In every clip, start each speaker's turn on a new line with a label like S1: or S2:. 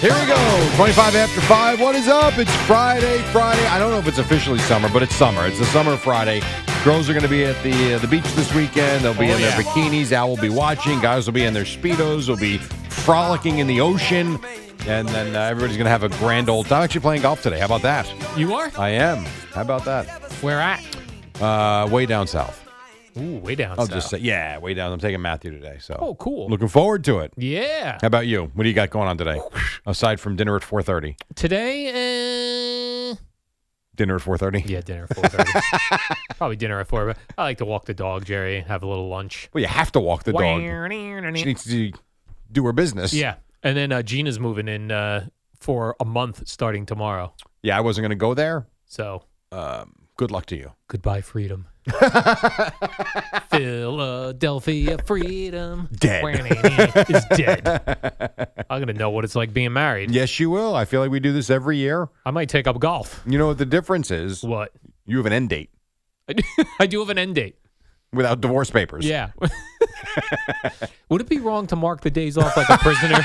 S1: Here we go. 25 after 5. What is up? It's Friday, Friday. I don't know if it's officially summer, but it's summer. It's the summer Friday. Girls are going to be at the uh, the beach this weekend. They'll
S2: Oh,
S1: be in their bikinis. Al will be watching. Guys will be in their speedos. Will be frolicking in the ocean. And then uh, everybody's going to have a grand old time. I'm actually playing golf today. How about that?
S2: You are?
S1: I am. How about that?
S2: Where at?
S1: Uh, way down south.
S2: Ooh, way down
S1: I'll
S2: south.
S1: just say, yeah, way down. I'm taking Matthew today. So
S2: Oh, cool.
S1: looking forward to it.
S2: yeah.
S1: How about you? What do you got going on today? Aside from dinner at 4:30.
S2: Today, uh,
S1: Dinner at 4:30.
S2: yeah, dinner at 4.30. Probably dinner at 4, but I like to walk the dog, Jerry, have a little lunch.
S1: Well, you have to walk the dog. She needs to do her business.
S2: Yeah. And then uh, Gina's moving in uh, for a month starting tomorrow.
S1: Yeah, I wasn't going to go there.
S2: So
S1: Um, good luck to you.
S2: goodbye, freedom. Philadelphia freedom.
S1: Dead.
S2: It's dead. I'm going to know what it's like being married.
S1: Yes, you will. I feel like we do this every year.
S2: I might take up golf.
S1: You know what the difference is?
S2: What?
S1: You have an end date
S2: I do, I do have an end date.
S1: without divorce papers.
S2: Yeah. Would it be wrong to mark the days off like a prisoner?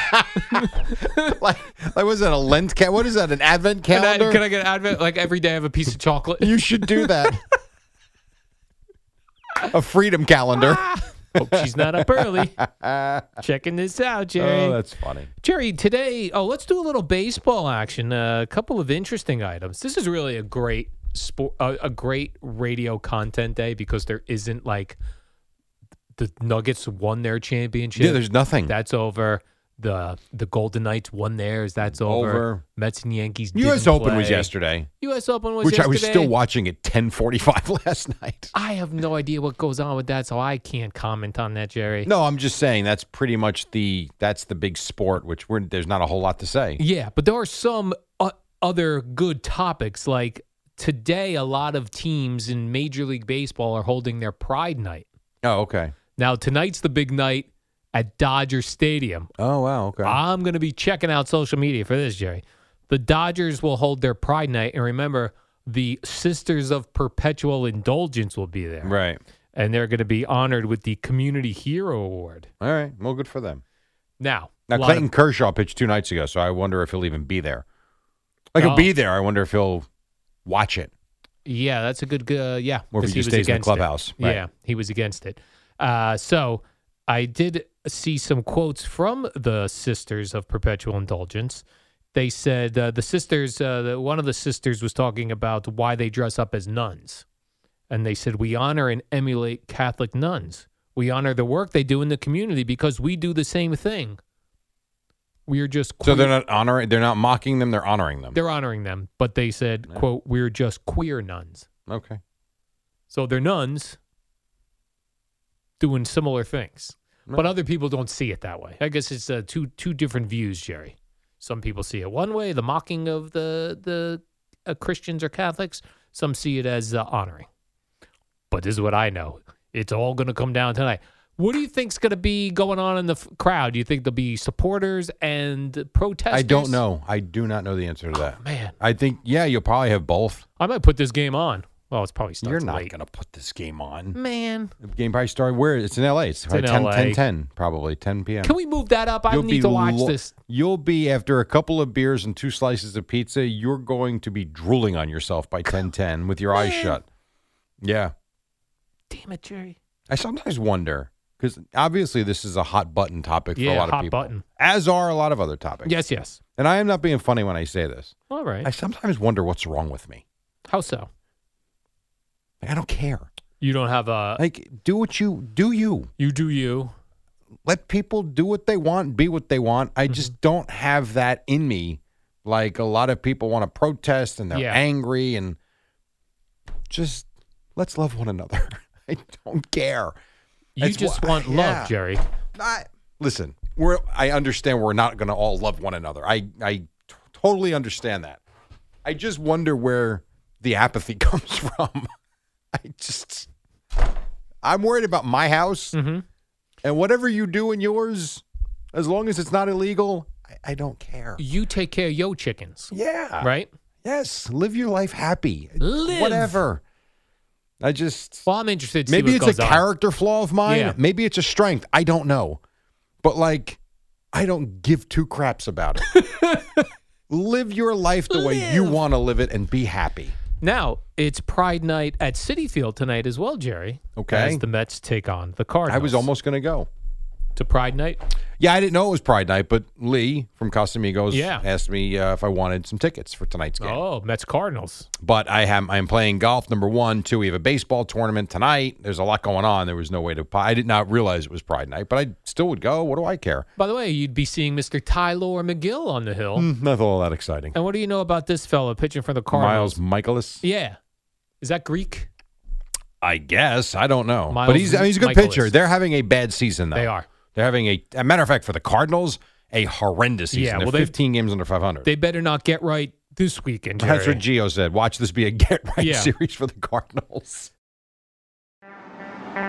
S1: like, like, was that a Lent cat? What is that? An Advent
S2: can, I,
S1: calendar?
S2: can I get advent? Like every day I have a piece of chocolate.
S1: You should do that. a freedom calendar.
S2: Ah, Hope she's not up early. Checking this out, Jerry.
S1: Oh, that's funny.
S2: Jerry, today, oh, let's do a little baseball action. Uh, a couple of interesting items. This is really a great sport, uh, a great radio content day because there isn't like the Nuggets won their championship.
S1: Yeah, there's nothing.
S2: That's over. The the Golden Knights won theirs. That's over.
S1: Over.
S2: Mets and Yankees.
S1: U.S.
S2: didn't
S1: Open was
S2: play.
S1: yesterday,
S2: U.S. Open was
S1: which I
S2: yesterday.
S1: was still watching at 10:45 last night.
S2: I have no idea what goes on with that, so I can't comment on that, Jerry.
S1: No, I'm just saying that's pretty much the that's the big sport, which we're there's not a whole lot to say.
S2: Yeah, but there are some uh, other good topics. Like today, a lot of teams in Major League Baseball are holding their Pride Night.
S1: Oh, okay.
S2: Now tonight's the big night at Dodger Stadium.
S1: Oh wow, okay.
S2: I'm going to be checking out social media for this, Jerry. The Dodgers will hold their Pride Night, and remember, the Sisters of Perpetual Indulgence will be there,
S1: right.
S2: and they're going to be honored with the Community Hero Award.
S1: All right. Well, good for them.
S2: Now,
S1: Now
S2: a lot
S1: Clayton
S2: of-
S1: Kershaw pitched two nights ago, so I wonder if he'll even be there. Like he'll
S2: Oh.
S1: be there. I wonder if he'll watch it.
S2: yeah, that's a good, uh, yeah.
S1: Or if
S2: 'cause
S1: he just stays
S2: was
S1: in the
S2: against it.
S1: clubhouse, right.
S2: Yeah, he was against it. Uh, so I did see some quotes from the Sisters of Perpetual Indulgence. They said uh, the sisters, uh, the, one of the sisters was talking about why they dress up as nuns. And they said, We honor and emulate Catholic nuns. We honor the work they do in the community because we do the same thing. We are just
S1: So they're
S2: queer-
S1: not honoring. They're not mocking them. They're honoring them.
S2: they're honoring them, but they said, quote, we're just queer nuns.
S1: okay.
S2: So they're nuns doing similar things. But other people don't see it that way. I guess it's uh, two two different views, Jerry. Some people see it one way, the mocking of the the uh, Christians or Catholics. Some see it as uh, honoring. But this is what I know. It's all going to come down tonight. What do you think's going to be going on in the f- crowd? Do you think there'll be supporters and protesters?
S1: I don't know. I do not know the answer to that.
S2: Man,
S1: I think yeah, you'll probably have both.
S2: I might put this game on. Well, it's probably starts
S1: You're not
S2: late.
S1: going to put this game on.
S2: Man,
S1: The game probably started where? It's in L.A. It's, probably
S2: in
S1: 10,
S2: LA.
S1: 10, 10, probably 10 p.m.
S2: can we move that up? I
S1: You'll be
S2: need to watch
S1: lo-
S2: this.
S1: You'll be after a couple of beers and two slices of pizza. You're going to be drooling on yourself by ten ten with your eyes shut. Yeah,
S2: Damn it, Jerry.
S1: I sometimes wonder because obviously this is a hot button topic for
S2: Yeah,
S1: a lot
S2: hot
S1: of people,
S2: button.
S1: as are a lot of other topics.
S2: Yes, yes.
S1: and I am not being funny when I say this.
S2: All right.
S1: I sometimes wonder what's wrong with me.
S2: How so?
S1: Like, I don't care.
S2: You don't have a.
S1: Like, do what you do. You
S2: You do you.
S1: let people do what they want, be what they want. I just don't have that in me. Like a lot of people want to protest and they're
S2: Yeah.
S1: angry and just let's love one another. I don't care.
S2: You
S1: It's wha-
S2: just want
S1: yeah.
S2: love, Jerry.
S1: I, listen, we're I understand we're not going to all love one another. I I t- totally understand that. I just wonder where the apathy comes from. I just I'm worried about my house
S2: Mhm.
S1: and whatever you do in yours, as long as it's not illegal, I, I don't care.
S2: You take care of your chickens,
S1: Yeah.
S2: right?
S1: Yes. Live your life happy.
S2: Live.
S1: Whatever. I just
S2: Well, I'm interested. To see
S1: Maybe
S2: what
S1: it's
S2: goes
S1: a
S2: on.
S1: character flaw of mine.
S2: Yeah.
S1: Maybe it's a strength. I don't know. But like, I don't give two craps about it. live your life the way you want to live it and be happy.
S2: Now it's Pride Night at City Field tonight as well, Jerry.
S1: Okay.
S2: As the Mets take on the Cardinals.
S1: I was almost going to go.
S2: to Pride Night.
S1: Yeah, I didn't know it was Pride Night, but Lee from Casamigos
S2: Yeah.
S1: asked me uh, if I wanted some tickets for tonight's game.
S2: Oh, Mets Cardinals.
S1: But I am I am playing golf number one, two. We have a baseball tournament tonight. There's a lot going on. There was no way to. I did not realize it was Pride Night, but I still would go. What do I care?
S2: By the way, you'd be seeing Mr. Tyler McGill on the hill.
S1: Mm, Not all that exciting.
S2: And what do you know about this fella pitching for the
S1: Miles
S2: Cardinals?
S1: Michaelis.
S2: Yeah. Is that Greek?
S1: I guess I don't know,
S2: Miles
S1: but he's I mean, he's a good
S2: Michaelis.
S1: pitcher. They're having a bad season though.
S2: They are.
S1: They're having a, a matter of fact for the Cardinals a horrendous season.
S2: Yeah,
S1: They're
S2: well, they've-
S1: 15 games under 500.
S2: They better not get right this weekend, Jerry.
S1: That's what Gio said. Watch this be a get right
S2: Yeah.
S1: series for the Cardinals.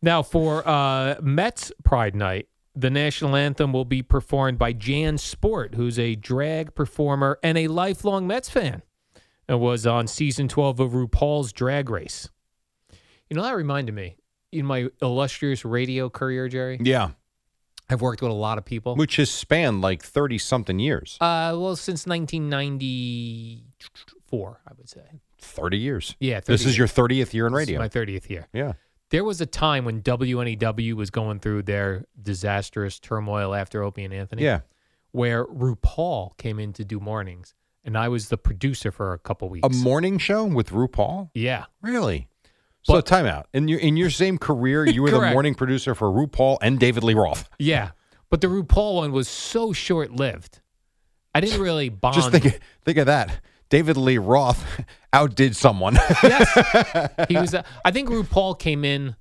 S2: Now, for uh, Mets Pride Night, the national anthem will be performed by Jan Sport, who's a drag performer and a lifelong Mets fan, and was on season 12 of RuPaul's Drag Race. You know, that reminded me in my illustrious radio career, Jerry,
S1: Yeah,
S2: I've worked with a lot of people.
S1: which has spanned like 30 something years,
S2: Uh, well, since 1994, I would say.
S1: 30 years.
S2: Yeah, 30
S1: this is your 30th year in
S2: This is
S1: radio.
S2: my 30th year.
S1: yeah,
S2: There was a time when WNEW was going through their disastrous turmoil after Opie and Anthony.
S1: yeah.
S2: Where RuPaul came in to do mornings, and I was the producer for a couple weeks.
S1: A morning show with RuPaul.
S2: yeah.
S1: Really? So
S2: But-
S1: timeout. In your in your same career, you were the
S2: Correct.
S1: morning producer for RuPaul and David Lee Roth.
S2: Yeah. But the RuPaul one was so short lived. I didn't really bond.
S1: Just think think of that. David Lee Roth outdid someone.
S2: he was. A, I think RuPaul came in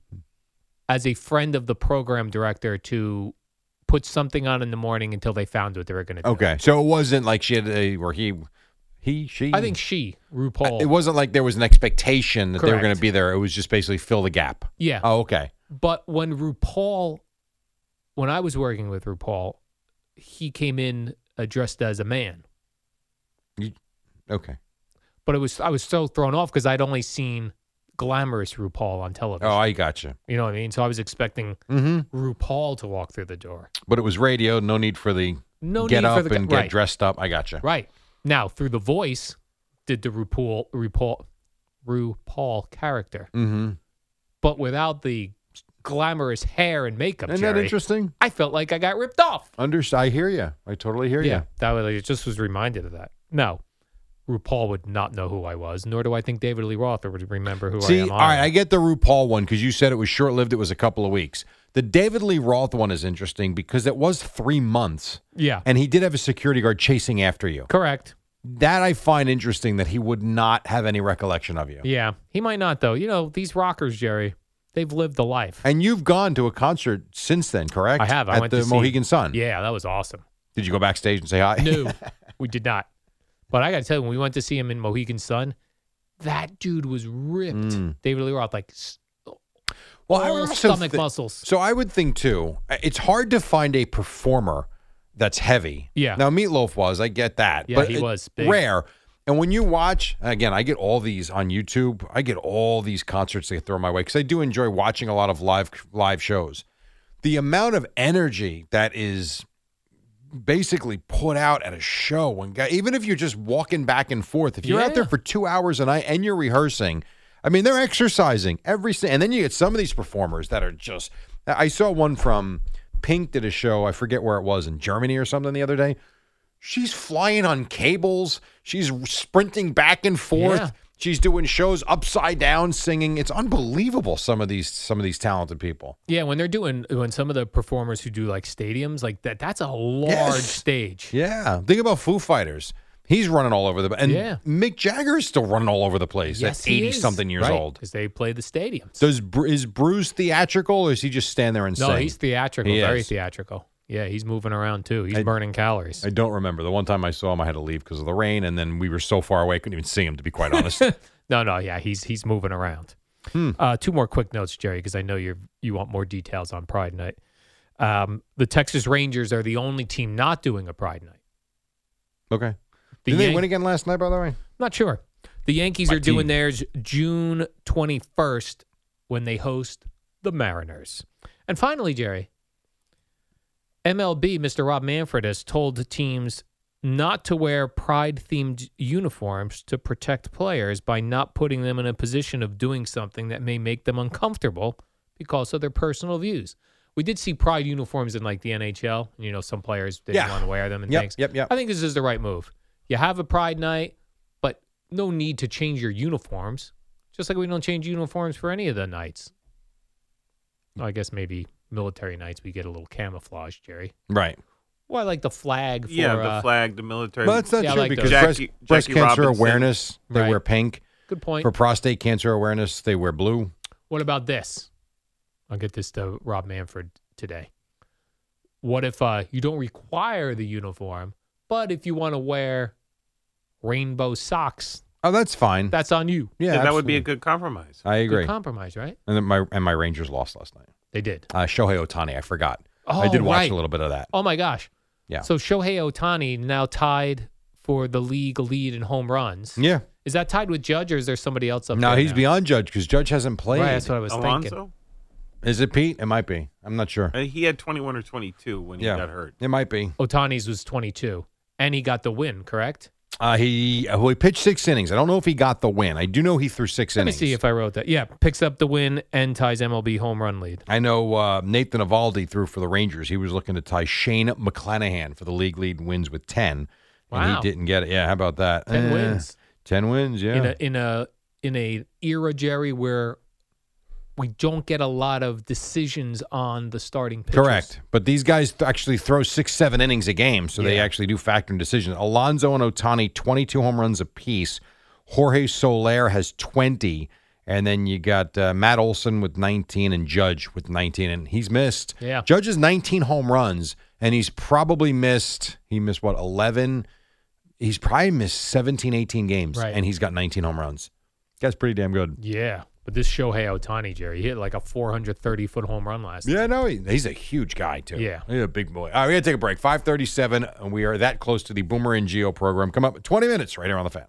S2: as a friend of the program director to put something on in the morning until they found what they were going to do.
S1: Okay, so it wasn't like she had a or he, he, she. uh,
S2: I think she RuPaul.
S1: it wasn't like there was an expectation that they were
S2: Correct.
S1: going to be there. It was just basically fill the gap.
S2: yeah.
S1: Oh, okay.
S2: But when RuPaul, when I was working with RuPaul, he came in uh, dressed as a man.
S1: Okay.
S2: But it was I was so thrown off because I'd only seen glamorous RuPaul on television.
S1: Oh, I gotcha.
S2: you know what I mean? So I was expecting
S1: Mm-hmm.
S2: RuPaul to walk through the door.
S1: But it was radio. No need for the
S2: No
S1: get
S2: need
S1: up
S2: for the
S1: and
S2: gu-
S1: get
S2: right,
S1: dressed up. I gotcha.
S2: Right now through the voice, did the RuPaul RuPaul RuPaul character,
S1: Mm-hmm.
S2: but without the glamorous hair and makeup.
S1: Isn't that
S2: Jerry,
S1: interesting?
S2: I felt like I got ripped off.
S1: Under, I hear you. I totally hear
S2: Yeah,
S1: you.
S2: that was, I just was reminded of that. No, RuPaul would not know who I was, nor do I think David Lee Roth would remember who I
S1: See,
S2: am.
S1: all right,
S2: either.
S1: I get the RuPaul one because you said it was short lived. It was a couple of weeks. The David Lee Roth one is interesting because it was three months,
S2: yeah,
S1: and he did have a security guard chasing after you.
S2: correct.
S1: that I find interesting that he would not have any recollection of you.
S2: Yeah, he might not though. You know, these rockers, Jerry, they've lived the life.
S1: And you've gone to a concert since then, correct?
S2: I have. I
S1: At
S2: went
S1: the
S2: to see-
S1: Mohegan Sun.
S2: Yeah, that was awesome.
S1: Did you go backstage and say hi?
S2: No, we did not. But I got to tell you, when we went to see him in Mohegan Sun, that dude was ripped.
S1: Mm.
S2: David Lee Roth, like s-
S1: well,
S2: all
S1: also
S2: stomach
S1: thi-
S2: muscles.
S1: So I would think too. It's hard to find a performer that's heavy.
S2: Yeah.
S1: Now Meatloaf was. I get that.
S2: Yeah,
S1: but
S2: he
S1: it-
S2: was big.
S1: rare. And when you watch, again, I get all these on YouTube. I get all these concerts they throw my way because I do enjoy watching a lot of live live shows. The amount of energy that is basically put out at a show when guy, even if you're just walking back and forth, if you're out there
S2: Yeah.
S1: for two hours a night and you're rehearsing, I mean they're exercising every si- and then you get some of these performers that are just. I I saw one from Pink did a show. I forget where it was in Germany or something the other day. She's flying on cables. She's sprinting back and forth.
S2: Yeah.
S1: She's doing shows upside down, singing. It's unbelievable. Some of these, some of these talented people.
S2: Yeah, when they're doing when some of the performers who do like stadiums like that, that's a large
S1: Yes.
S2: stage.
S1: Yeah, think about Foo Fighters. He's running all over the and
S2: Yeah.
S1: Mick Jagger is still running all over the place. at eighty something years old.
S2: because they play the stadiums.
S1: Does Bru- is Bruce theatrical or is he just stand there and
S2: no,
S1: sing?
S2: he's theatrical,
S1: He
S2: very
S1: is.
S2: theatrical. Yeah, he's moving around too. He's
S1: I-
S2: burning calories.
S1: I don't remember. The one time I saw him, I had to leave because of the rain, and then we were so far away I couldn't even see him. To be quite honest,
S2: no, no, yeah, he's he's moving around.
S1: Hmm.
S2: Uh, two more quick notes, Jerry, because I know you you want more details on Pride Night. Um, the Texas Rangers are the only team not doing a Pride Night.
S1: okay.
S2: The
S1: Did they
S2: Yan-
S1: win again last night? By the way,
S2: Not sure. The Yankees
S1: My
S2: are doing
S1: team.
S2: theirs June 21st when they host the Mariners. And finally, Jerry, MLB, Mr. Rob Manfred has told the teams not to wear pride themed uniforms to protect players by not putting them in a position of doing something that may make them uncomfortable because of their personal views. We did see pride uniforms in like the NHL. You know, some players they
S1: Yeah.
S2: want to wear them and
S1: Yep,
S2: things.
S1: yep, yep.
S2: I think this is the right move. You have a pride night, but no need to change your uniforms. Just like we don't change uniforms for any of the nights. I guess maybe military nights we get a little camouflage, Jerry.
S1: right?
S2: Well, I like the flag. For,
S3: yeah,
S2: uh,
S3: the flag, the military.
S1: Well, that's not
S2: Yeah, I
S1: true
S2: like
S1: because
S2: those.
S1: breast,
S3: Jackie-
S1: breast
S3: Jackie
S1: cancer
S3: Robinson.
S1: awareness they
S2: Right.
S1: wear pink.
S2: Good point.
S1: For prostate cancer awareness, they wear blue.
S2: What about this? I'll get this to Rob Manfred today. What if uh, you don't require the uniform, but if you want to wear rainbow socks,
S1: Oh, that's fine.
S2: that's on you.
S1: yeah,
S3: yeah, that would be a
S1: absolutely.
S3: good compromise.
S1: I agree.
S2: Good compromise, right?
S1: and then my and my Rangers lost last night.
S2: They did.
S1: Uh, Shohei Otani, I forgot. I
S2: Oh,
S1: did watch
S2: right.
S1: a little bit of that.
S2: Oh my gosh.
S1: Yeah.
S2: So Shohei Otani now tied for the league lead in home runs.
S1: Yeah.
S2: Is that tied with Judge or is there somebody else up
S1: Now
S2: there?
S1: he's beyond Judge because Judge hasn't played.
S2: Right, that's what I was thinking.
S3: Alonso,
S1: Is it Pete? It might be. I'm not sure.
S3: Uh, he had 21 or 22 when he
S1: yeah,
S3: got hurt.
S1: It might be.
S2: Otani's was 22 and he got the win, correct?
S1: Uh, he uh, well, he pitched six innings. I don't know if he got the win. I do know he threw six
S2: Let me
S1: innings.
S2: see if I wrote that. Yeah, picks up the win and ties MLB home run lead.
S1: I know uh, Nathan Avaldi threw for the Rangers. He was looking to tie Shane McClanahan for the league lead wins with ten, and
S2: Wow.
S1: he didn't get it. Yeah, how about that?
S2: 10
S1: Eh,
S2: wins.
S1: Ten wins. Yeah.
S2: In a in a in a era Jerry where we don't get a lot of decisions on the starting pitchers.
S1: Correct. But these guys th- actually throw six, seven innings a game, so they
S2: Yeah.
S1: actually do factor in decisions. Alonzo and Otani, 22 home runs apiece. Jorge Soler has 20. And then you got uh, Matt Olson with 19 and Judge with 19. And he's missed.
S2: Yeah.
S1: Judge has 19 home runs, and he's probably missed, he missed what, 11? He's probably missed 17, 18 games,
S2: Right.
S1: and he's got 19 home runs. That's pretty damn good.
S2: Yeah. But this Shohei Otani, Jerry, he hit like a 430 foot home run last
S1: Yeah, no, he- he's a huge guy too.
S2: Yeah.
S1: he's a big boy. All right, we gotta take a break. Five thirty-seven, and we are that close to the Boomer and Geo program. Come up, in twenty minutes right here on the fan.